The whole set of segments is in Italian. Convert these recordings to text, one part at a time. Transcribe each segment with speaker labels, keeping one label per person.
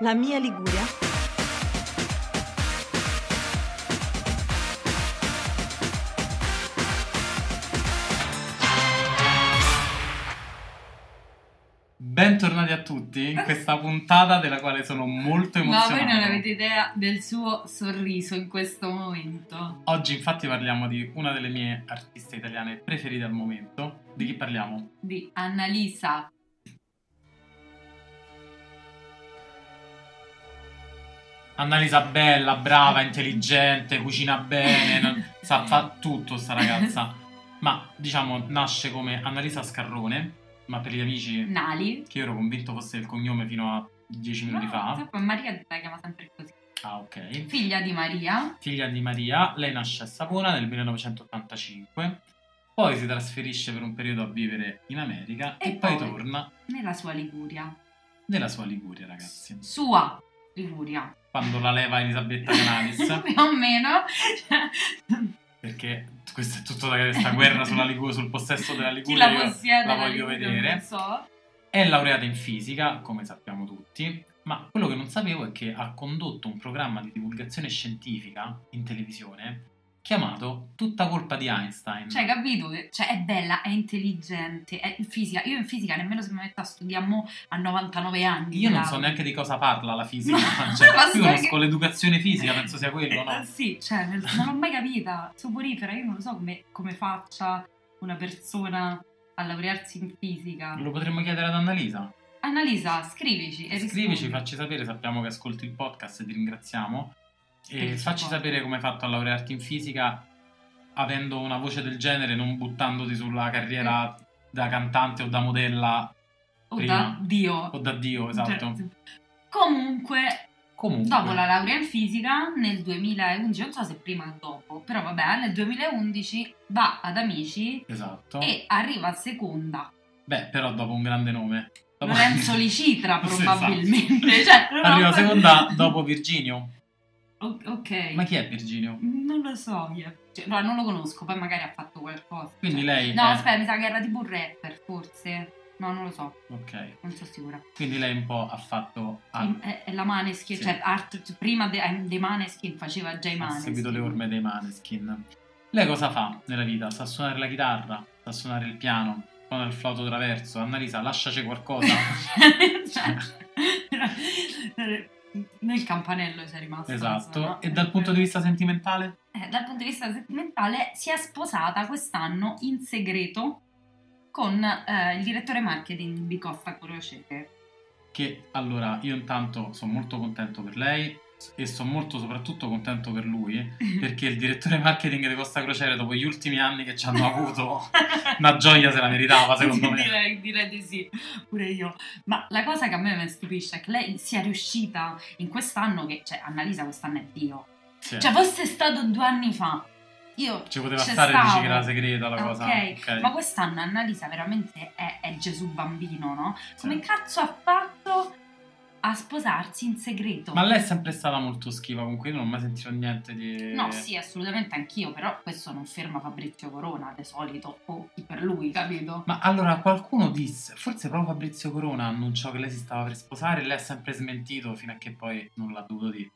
Speaker 1: La mia Liguria.
Speaker 2: Bentornati a tutti in questa puntata della quale sono molto
Speaker 3: Ma
Speaker 2: emozionato.
Speaker 3: voi non avete idea del suo sorriso in questo momento.
Speaker 2: Oggi infatti parliamo di una delle mie artiste italiane preferite al momento. Di chi parliamo?
Speaker 3: Di Annalisa.
Speaker 2: Annalisa bella, brava, intelligente, cucina bene, non- sa fa tutto sta ragazza. Ma diciamo nasce come Annalisa Scarrone, ma per gli amici
Speaker 3: Nali.
Speaker 2: che io ero convinto fosse il cognome fino a 10 minuti
Speaker 3: No,
Speaker 2: fa.
Speaker 3: sappo, Maria la chiama sempre così.
Speaker 2: Ah, ok.
Speaker 3: Figlia di Maria.
Speaker 2: figlia di Maria, lei nasce a Savona nel 1985, poi si trasferisce per un periodo a vivere in America e,
Speaker 3: E
Speaker 2: poi
Speaker 3: poi?
Speaker 2: torna
Speaker 3: Nella sua Liguria.
Speaker 2: nella sua Liguria, ragazzi.
Speaker 3: Sua Liguria.
Speaker 2: Quando la leva Elisabetta Canalis,
Speaker 3: Più o meno.
Speaker 2: perché questo è tutto da questa guerra sulla Liguria, sul possesso della
Speaker 3: Chi
Speaker 2: Liguria,
Speaker 3: la
Speaker 2: io
Speaker 3: possiede?
Speaker 2: la voglio
Speaker 3: Liguria,
Speaker 2: vedere.
Speaker 3: Non so.
Speaker 2: È laureata in fisica, come sappiamo tutti, ma quello che non sapevo è che ha condotto un programma di divulgazione scientifica in televisione chiamato Tutta colpa di Einstein.
Speaker 3: Cioè, capito? che- Cioè, è bella, è intelligente, è in fisica. Io in fisica nemmeno se mi metto a studiare mo a 99 anni.
Speaker 2: Io non
Speaker 3: bravo.
Speaker 2: so neanche di cosa parla la fisica,
Speaker 3: No,
Speaker 2: cioè,
Speaker 3: ma
Speaker 2: io
Speaker 3: sai
Speaker 2: conosco
Speaker 3: che-
Speaker 2: l'educazione fisica, penso sia quello,
Speaker 3: Eh,
Speaker 2: no?
Speaker 3: Sì, cioè, nel- non l'ho mai capita. Soporifera, io non lo so come, come faccia una persona a laurearsi in fisica.
Speaker 2: Lo potremmo chiedere ad Annalisa.
Speaker 3: Annalisa, scrivici e
Speaker 2: Scrivici,
Speaker 3: rispondi.
Speaker 2: facci sapere, sappiamo che ascolti il podcast e ti ringraziamo. E
Speaker 3: Scrivici
Speaker 2: facci
Speaker 3: qua.
Speaker 2: sapere come hai fatto a laurearti in fisica avendo una voce del genere, non buttandoti sulla carriera
Speaker 3: Eh.
Speaker 2: da cantante o da modella
Speaker 3: Oh,
Speaker 2: prima.
Speaker 3: da Dio.
Speaker 2: o da Dio, esatto.
Speaker 3: Cioè, comunque,
Speaker 2: Comunque,
Speaker 3: dopo la laurea in fisica, nel 2011, non so se prima o dopo, però vabbè, nel 2011 va ad Amici
Speaker 2: esatto.
Speaker 3: e arriva a seconda.
Speaker 2: Beh, però dopo un grande nome. Dopo-
Speaker 3: Lorenzo Licitra,
Speaker 2: Sì, esatto.
Speaker 3: probabilmente. Cioè, non ho
Speaker 2: Arriva
Speaker 3: mai-
Speaker 2: seconda dopo Virginio.
Speaker 3: O- ok.
Speaker 2: Ma chi è Virginio?
Speaker 3: Non lo so, chi è. Cioè, no, non lo conosco, poi magari ha fatto qualcosa.
Speaker 2: Quindi lei
Speaker 3: Cioè, No,
Speaker 2: è-
Speaker 3: aspetta, mi sa che era tipo un rapper, forse. No, non lo so,
Speaker 2: Ok.
Speaker 3: non sono sicura.
Speaker 2: Quindi lei un po' ha fatto ha,
Speaker 3: E- È, è la Maneskin,
Speaker 2: Ah. Sì.
Speaker 3: cioè art- prima de- eh, dei Maneskin faceva già i
Speaker 2: ha
Speaker 3: Maneskin.
Speaker 2: seguito le orme dei Maneskin. Lei cosa fa nella vita? Sa suonare la chitarra, sa suonare il piano, suona il flauto traverso. Annalisa, lasciaci qualcosa.
Speaker 3: Cioè, Nel campanello c'è rimasto. insomma.
Speaker 2: esatto. E dal punto di vista sentimentale?
Speaker 3: Eh, dal punto di vista sentimentale si è sposata quest'anno in segreto con eh, il direttore marketing di Costa Curiosete.
Speaker 2: Che allora io intanto sono molto contento per lei e sono molto soprattutto contento per lui perché il direttore marketing di Costa Crociere dopo gli ultimi anni che ci hanno avuto una gioia se la meritava, secondo me.
Speaker 3: Direi, direi di sì, pure io. Ma la cosa che a me mi stupisce è che lei sia riuscita in quest'anno, che cioè Annalisa quest'anno è Dio.
Speaker 2: sì,
Speaker 3: Cioè fosse stato due anni fa, io
Speaker 2: ci poteva
Speaker 3: ci
Speaker 2: stare dici
Speaker 3: stavo.
Speaker 2: che era segreta la
Speaker 3: Ah,
Speaker 2: cosa.
Speaker 3: ok.
Speaker 2: ok.
Speaker 3: Ma quest'anno Annalisa veramente è, è Gesù bambino, no?
Speaker 2: Sì.
Speaker 3: Come cazzo ha fatto a sposarsi in segreto?
Speaker 2: Ma lei è sempre stata molto schiva, comunque io non ho mai sentito niente di...
Speaker 3: No, sì, assolutamente anch'io, però questo non ferma Fabrizio Corona, di solito, o chi per lui, capito?
Speaker 2: Ma allora qualcuno disse, forse proprio Fabrizio Corona annunciò che lei si stava per sposare e lei ha sempre smentito fino a che poi non l'ha dovuto dire.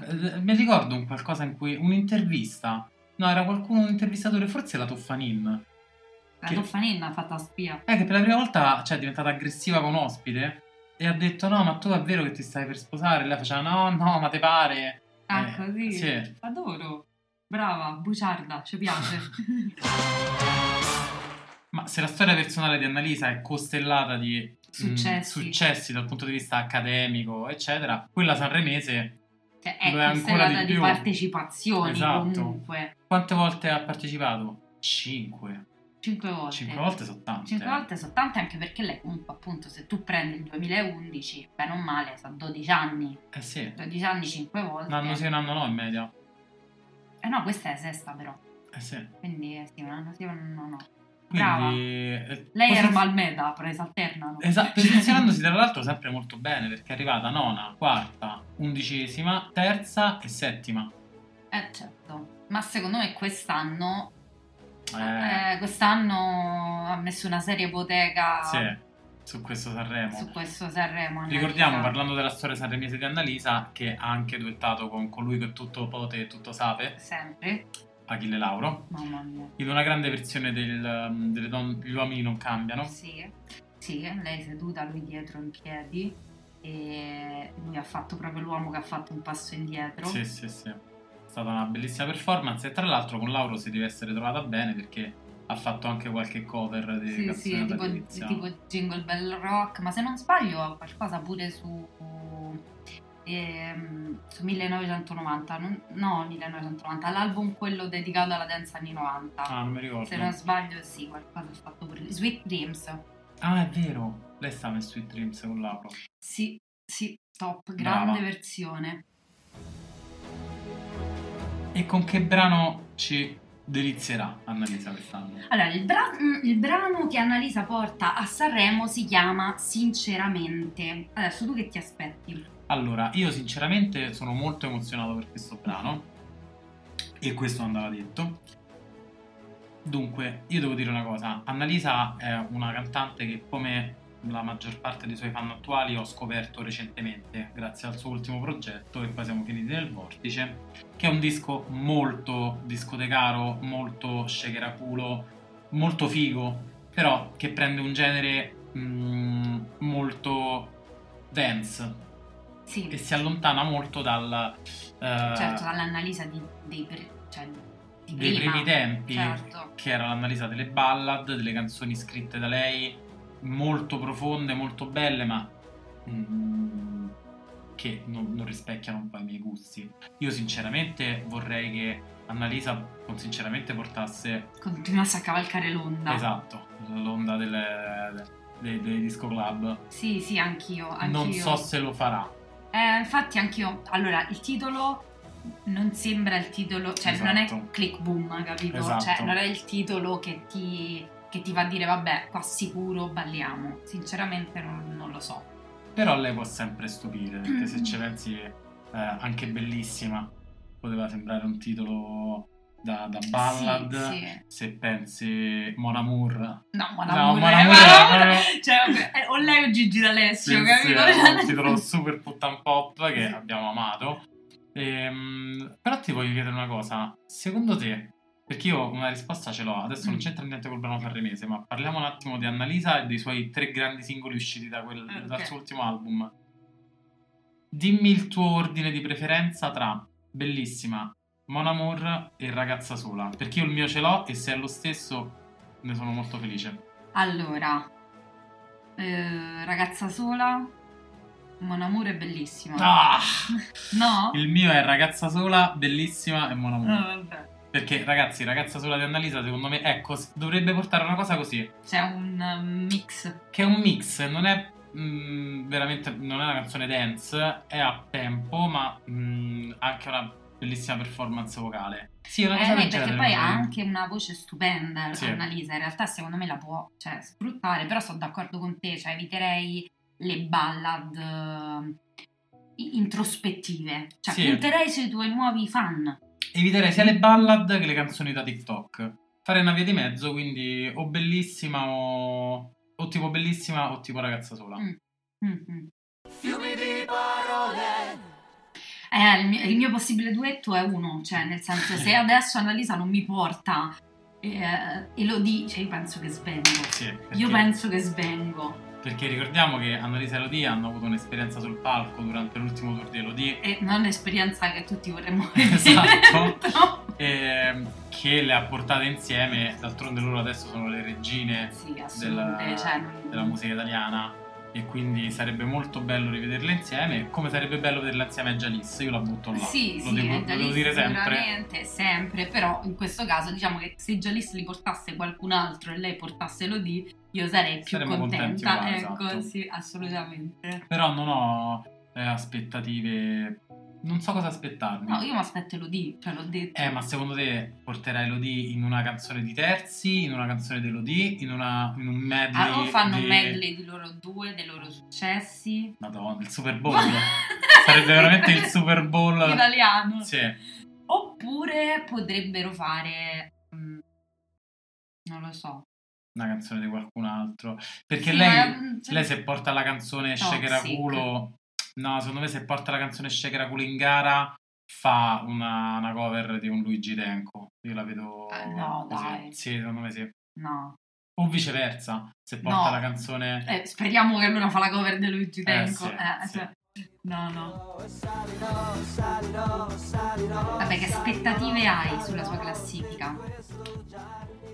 Speaker 2: Eh, Mi ricordo un qualcosa in cui un'intervista, no era qualcuno, un intervistatore, forse la Toffanin,
Speaker 3: La
Speaker 2: Che-
Speaker 3: Toffaninna ha fatto spia.
Speaker 2: eh, che per la prima volta cioè, è diventata aggressiva con ospite e ha detto no ma tu è vero che ti stai per sposare? E lei faceva no no ma te pare?
Speaker 3: Ah,
Speaker 2: Eh,
Speaker 3: così?
Speaker 2: sì.
Speaker 3: Adoro. Brava, buciarda, ci piace.
Speaker 2: Mm, Ma se la storia personale di Annalisa è costellata di
Speaker 3: Successi.
Speaker 2: mm, successi dal punto di vista accademico, eccetera, quella sanremese
Speaker 3: Cioè, è
Speaker 2: Lo è ancora
Speaker 3: costellata
Speaker 2: di
Speaker 3: di,
Speaker 2: più.
Speaker 3: partecipazioni
Speaker 2: Esatto.
Speaker 3: comunque.
Speaker 2: quante volte ha partecipato? Cinque.
Speaker 3: Cinque volte.
Speaker 2: Cinque volte sono tante. eh.
Speaker 3: Cinque volte sono tante anche perché lei comunque appunto se tu prendi il 2011, bene o male, sono 12 anni,
Speaker 2: Eh sì,
Speaker 3: 12 anni 5 volte.
Speaker 2: un anno sì, un anno no in media.
Speaker 3: Eh no, questa è sesta però,
Speaker 2: Eh sì.
Speaker 3: quindi eh, sì, un anno sì, un anno no. Brava.
Speaker 2: Quindi...
Speaker 3: Lei era Malmeda, però si alternano.
Speaker 2: Esatto, eh, posizionandosi tra l'altro sempre molto bene perché è arrivata nona, quarta, undicesima, terza e settima.
Speaker 3: Eh certo, ma secondo me quest'anno,
Speaker 2: Eh,
Speaker 3: eh, quest'anno ha messo una serie ipoteca
Speaker 2: sì. su questo Sanremo.
Speaker 3: su questo Sanremo. Annalisa.
Speaker 2: Ricordiamo, parlando della storia sanremese di Annalisa, che ha anche duettato con colui che tutto pote e tutto sape,
Speaker 3: Sempre,
Speaker 2: Achille Lauro,
Speaker 3: mamma mia.
Speaker 2: in una grande versione del, um, delle don- Gli uomini non cambiano.
Speaker 3: Sì, sì, lei è seduta, lui dietro in piedi e lui ha fatto proprio l'uomo che ha fatto un passo indietro.
Speaker 2: Sì, sì, sì. È stata una bellissima performance e tra l'altro con Lauro si deve essere trovata bene perché ha fatto anche qualche cover di
Speaker 3: Sì, sì,
Speaker 2: canzoni
Speaker 3: tipo,
Speaker 2: natalizia.
Speaker 3: tipo Jingle Bell Rock, ma se non sbaglio ha qualcosa pure su, ehm, su 1990, non- no 1990, l'album quello dedicato alla danza anni 90.
Speaker 2: Ah, non mi ricordo.
Speaker 3: Se non sbaglio sì, qualcosa ha fatto pure. Sweet Dreams.
Speaker 2: Ah, è vero. Lei stava in Sweet Dreams con Lauro.
Speaker 3: Sì, sì, top,
Speaker 2: Brava.
Speaker 3: grande versione.
Speaker 2: E con che brano ci delizierà Annalisa quest'anno?
Speaker 3: Allora, il, bra- mm, il brano che Annalisa porta a Sanremo si chiama Sinceramente. Adesso tu che ti aspetti?
Speaker 2: Allora, io sinceramente sono molto emozionato per questo brano e questo andava detto. Dunque, io devo dire una cosa, Annalisa è una cantante che come la maggior parte dei suoi fan attuali ho scoperto recentemente grazie al suo ultimo progetto e poi siamo finiti nel vortice, che è un disco molto discotecaro, molto shakeraculo, molto figo, però che prende un genere mm, molto dance,
Speaker 3: Sì,
Speaker 2: che si allontana molto dal, eh,
Speaker 3: certo, dall'analisa di- dei, pre- cioè, di
Speaker 2: dei
Speaker 3: prima.
Speaker 2: primi tempi,
Speaker 3: Certo,
Speaker 2: che era l'analisa delle ballad, delle canzoni scritte da lei, molto profonde, molto belle, ma mm, che non, non rispecchiano un po' i miei gusti. Io sinceramente vorrei che Annalisa con sinceramente portasse
Speaker 3: continuasse a cavalcare l'onda.
Speaker 2: esatto l'onda delle- dei, dei disco club.
Speaker 3: Sì, sì, anch'io, anch'io.
Speaker 2: Non so se lo farà.
Speaker 3: Eh, infatti anch'io, allora, il titolo non sembra il titolo, cioè non
Speaker 2: Esatto.
Speaker 3: è click boom, capito?
Speaker 2: Esatto.
Speaker 3: Cioè non è il titolo che ti, che ti fa dire vabbè, qua sicuro balliamo. Sinceramente non, non lo so.
Speaker 2: Però lei può sempre stupire, perché se ci pensi eh, anche bellissima poteva sembrare un titolo da, da ballad.
Speaker 3: Sì, sì.
Speaker 2: Se pensi Mon Amour,
Speaker 3: No, ma
Speaker 2: No,
Speaker 3: la
Speaker 2: ma
Speaker 3: mura,
Speaker 2: la
Speaker 3: eh,
Speaker 2: mura,
Speaker 3: ma la mura-
Speaker 2: eh.
Speaker 3: Cioè, vabbè, eh, o lei o Gigi
Speaker 2: sì,
Speaker 3: D'Alessio,
Speaker 2: sì,
Speaker 3: capito?
Speaker 2: era un titolo super puttan pop che
Speaker 3: Sì.
Speaker 2: abbiamo amato. Ehm, però ti voglio chiedere una cosa, secondo te, perché io una risposta ce l'ho, adesso non
Speaker 3: Mm.
Speaker 2: c'entra niente col brano sanremese, ma parliamo un attimo di Annalisa e dei suoi tre grandi singoli usciti da quel-
Speaker 3: Ah, ok.
Speaker 2: dal suo ultimo album. Dimmi il tuo ordine di preferenza tra Bellissima, Mon Amour e Ragazza Sola, perché io il mio ce l'ho e se è lo stesso ne sono molto felice.
Speaker 3: Allora, eh, ragazza sola, Mon Amour è bellissimo.
Speaker 2: Ah!
Speaker 3: No?
Speaker 2: Il mio è Ragazza Sola, Bellissima e Mon Amour.
Speaker 3: No, vabbè.
Speaker 2: Perché ragazzi, ragazza sola di Annalisa, secondo me, ecco, s- dovrebbe portare una cosa così,
Speaker 3: C'è un eh, mix
Speaker 2: che è un mix, non è mm, veramente, non è una canzone dance, è a tempo, ma mm, ha anche una bellissima performance vocale. Sì, è una cosa
Speaker 3: Eh,
Speaker 2: del
Speaker 3: beh, perché
Speaker 2: genere,
Speaker 3: poi ha
Speaker 2: magari.
Speaker 3: anche una voce stupenda,
Speaker 2: Sì.
Speaker 3: Annalisa. In realtà, secondo me la può cioè, sfruttare, però sono d'accordo con te, cioè eviterei le ballad eh, i- introspettive. Cioè,
Speaker 2: Sì.
Speaker 3: punterei sui tuoi nuovi fan.
Speaker 2: Eviterei sia le ballad che le canzoni da TikTok. Fare una via di mezzo, quindi o bellissima o... o tipo bellissima o tipo ragazza sola.
Speaker 3: Mm. Mhm.
Speaker 1: Fiumi di parole.
Speaker 3: Eh, il, mio, il mio possibile duetto è uno, cioè, nel senso, se adesso Annalisa non mi porta eh, e lo dice, io penso che svengo.
Speaker 2: Sì, perché-
Speaker 3: Io penso che svengo.
Speaker 2: Perché ricordiamo che Annalisa e Elodie hanno avuto un'esperienza sul palco durante l'ultimo tour di Elodie
Speaker 3: E non l'esperienza che tutti vorremmo
Speaker 2: Esatto.
Speaker 3: Però-
Speaker 2: ehm, che le ha portate insieme, d'altronde loro adesso sono le regine
Speaker 3: Sì,
Speaker 2: della,
Speaker 3: assolutamente. cioè, non-
Speaker 2: della musica italiana e quindi sarebbe molto bello rivederle insieme, come sarebbe bello vederla insieme a Jalis, io la butto là,
Speaker 3: Sì,
Speaker 2: lo
Speaker 3: sì,
Speaker 2: devo,
Speaker 3: è
Speaker 2: lo
Speaker 3: già
Speaker 2: devo
Speaker 3: lì
Speaker 2: dire sempre.
Speaker 3: sicuramente, sempre, però in questo caso diciamo che se già lì se li portasse qualcun altro e lei portasse Lodi, io sarei più
Speaker 2: Saremmo contenti
Speaker 3: contenta.
Speaker 2: uguali,
Speaker 3: ecco,
Speaker 2: esatto.
Speaker 3: sì, assolutamente.
Speaker 2: Però non ho eh, aspettative, non so cosa aspettarmi.
Speaker 3: No, io mi aspetto Lodi, cioè l'ho detto.
Speaker 2: Eh, ma secondo te porterai Elodie in una canzone di terzi, in una canzone di Elodie, in, una- in un medley?
Speaker 3: Ah, o fanno
Speaker 2: di-
Speaker 3: un medley di loro due, dei loro successi.
Speaker 2: Madonna, il Super Bowl. Sarebbe veramente il Super Bowl. Cioè,
Speaker 3: italiano.
Speaker 2: Sì.
Speaker 3: Oppure potrebbero fare, mm, non lo so,
Speaker 2: una canzone di qualcun altro. Perché
Speaker 3: Sì,
Speaker 2: lei,
Speaker 3: ma- cioè-
Speaker 2: lei se porta la canzone
Speaker 3: Toxic.
Speaker 2: Shaker a culo, no, secondo me se porta la canzone Shaker a culo in gara fa una, una cover di un Luigi Denko. Io la vedo
Speaker 3: Ah, no, dai.
Speaker 2: Sì, secondo me sì.
Speaker 3: No.
Speaker 2: O viceversa, se porta
Speaker 3: No.
Speaker 2: la canzone
Speaker 3: Eh, speriamo che allora fa la cover di Luigi Tenco.
Speaker 2: sì,
Speaker 3: Eh,
Speaker 2: sì.
Speaker 3: cioè, No, no. Vabbè, che aspettative hai sulla sua classifica?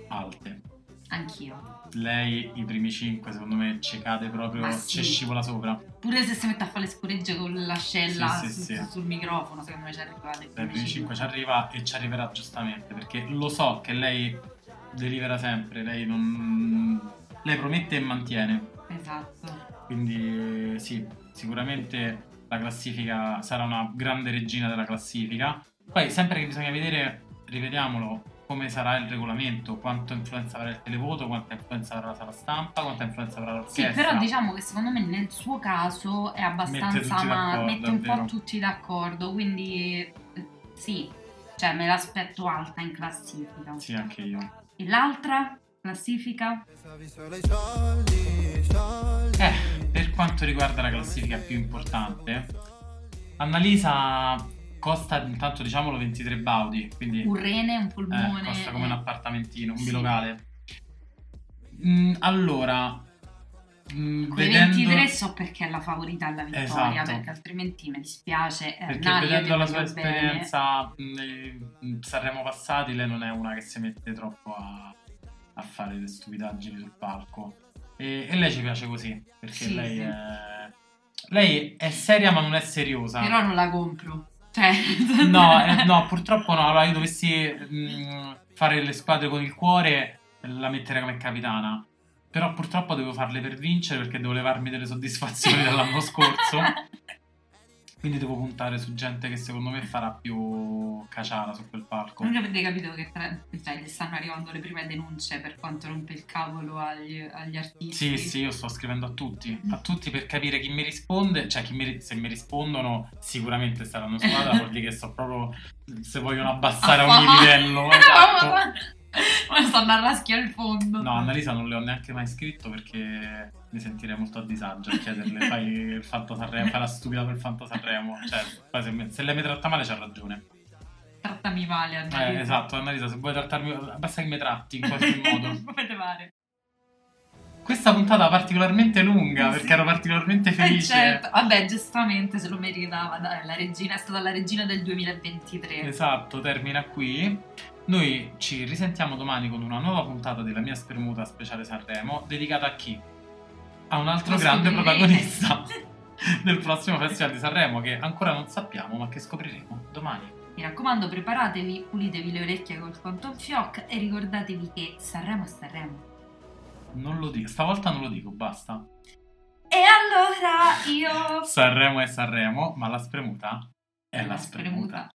Speaker 2: alte.
Speaker 3: Anch'io.
Speaker 2: Lei i primi 5 secondo me ci cade proprio,
Speaker 3: Ma sì.
Speaker 2: ci scivola sopra.
Speaker 3: Pure se si mette a fare le scoregge con l'ascella
Speaker 2: Sì, sì,
Speaker 3: su-
Speaker 2: sì.
Speaker 3: su- sul microfono, secondo me ci arrivate.
Speaker 2: Dai, 25 ci arriva e ci arriverà giustamente perché lo so che lei delivera sempre, lei non lei promette e mantiene.
Speaker 3: Esatto.
Speaker 2: Quindi eh, sì, sicuramente la classifica sarà una grande regina della classifica. Poi sempre che bisogna vedere, rivediamolo, come sarà il regolamento, quanto influenza avrà il televoto, quanta influenza avrà la sala stampa, quanta influenza avrà
Speaker 3: Sì,
Speaker 2: l'orchestra.
Speaker 3: però diciamo che secondo me nel suo caso è abbastanza,
Speaker 2: Eh, tutti
Speaker 3: ma
Speaker 2: d'accordo,
Speaker 3: mette un
Speaker 2: è
Speaker 3: po'
Speaker 2: vero.
Speaker 3: tutti d'accordo, quindi eh, sì, cioè me l'aspetto alta in classifica.
Speaker 2: Sì, anche io.
Speaker 3: E l'altra classifica?
Speaker 2: Eh, per quanto riguarda la classifica più importante, Annalisa costa intanto diciamolo 23 baudi, quindi
Speaker 3: Un rene, un polmone.
Speaker 2: Eh, costa come un appartamentino, un
Speaker 3: Sì.
Speaker 2: bilocale. Mm, allora, mm,
Speaker 3: Quei
Speaker 2: vedendo,
Speaker 3: 23 so perché è la favorita alla vittoria,
Speaker 2: Esatto.
Speaker 3: perché altrimenti mi dispiace. eh,
Speaker 2: perché
Speaker 3: Nari, io
Speaker 2: vedendo
Speaker 3: ti
Speaker 2: la
Speaker 3: voglio
Speaker 2: sua
Speaker 3: bene.
Speaker 2: esperienza mm, nei mm, Sanremo passati, lei non è una che si mette troppo a, a fare le stupidaggini sul palco. E, e lei ci piace così, perché
Speaker 3: Sì,
Speaker 2: lei,
Speaker 3: sì.
Speaker 2: È, lei è seria ma non è seriosa.
Speaker 3: Però non la compro. Cioè,
Speaker 2: No, eh, no, purtroppo no. Allora, io dovessi mm, fare le squadre con il cuore, la metterei come capitana. Però purtroppo devo farle per vincere perché devo levarmi delle soddisfazioni dall'anno scorso. Quindi devo puntare su gente che secondo me farà più caciara su quel palco.
Speaker 3: Non avete capito che tra- cioè, gli stanno arrivando le prime denunce per quanto rompe il cavolo agli, agli
Speaker 2: Sì,
Speaker 3: artisti.
Speaker 2: sì, io sto scrivendo a tutti, a tutti per capire chi mi risponde, cioè chi mi ri- se mi rispondono sicuramente saranno in squadra, vuol dire che sto proprio, se vogliono abbassare a ogni
Speaker 3: Ah,
Speaker 2: livello.
Speaker 3: ma-
Speaker 2: esatto.
Speaker 3: Ma stanno a raschio al fondo.
Speaker 2: No, Annalisa non le ho neanche mai scritto perché mi sentirei molto a disagio a chiederle fai il Fanta Sanremo, fai la stupida per il Fanta Sanremo. Cioè, poi se, me- se lei mi tratta male c'ha ragione.
Speaker 3: Trattami male, Annalisa.
Speaker 2: Eh, esatto, Annalisa, se vuoi trattarmi, basta che mi tratti in qualche modo.
Speaker 3: Come te pare.
Speaker 2: Questa puntata particolarmente lunga
Speaker 3: Eh, Sì.
Speaker 2: perché ero particolarmente
Speaker 3: Eh,
Speaker 2: felice.
Speaker 3: certo. Vabbè, giustamente se lo meritava. Dai, la regina è stata la regina del 2023.
Speaker 2: Esatto, termina qui. Noi ci risentiamo domani con una nuova puntata della mia spermuta speciale Sanremo dedicata a chi? A un altro
Speaker 3: Lo
Speaker 2: grande
Speaker 3: scoprirete.
Speaker 2: protagonista del prossimo Festival di Sanremo che ancora non sappiamo ma che scopriremo domani.
Speaker 3: Mi raccomando, preparatevi, pulitevi le orecchie col Quantum Fioc e ricordatevi che Sanremo è Sanremo.
Speaker 2: Non lo dico, stavolta non lo dico, basta.
Speaker 3: E allora io...
Speaker 2: Sanremo è Sanremo, ma la spremuta è la spremuta.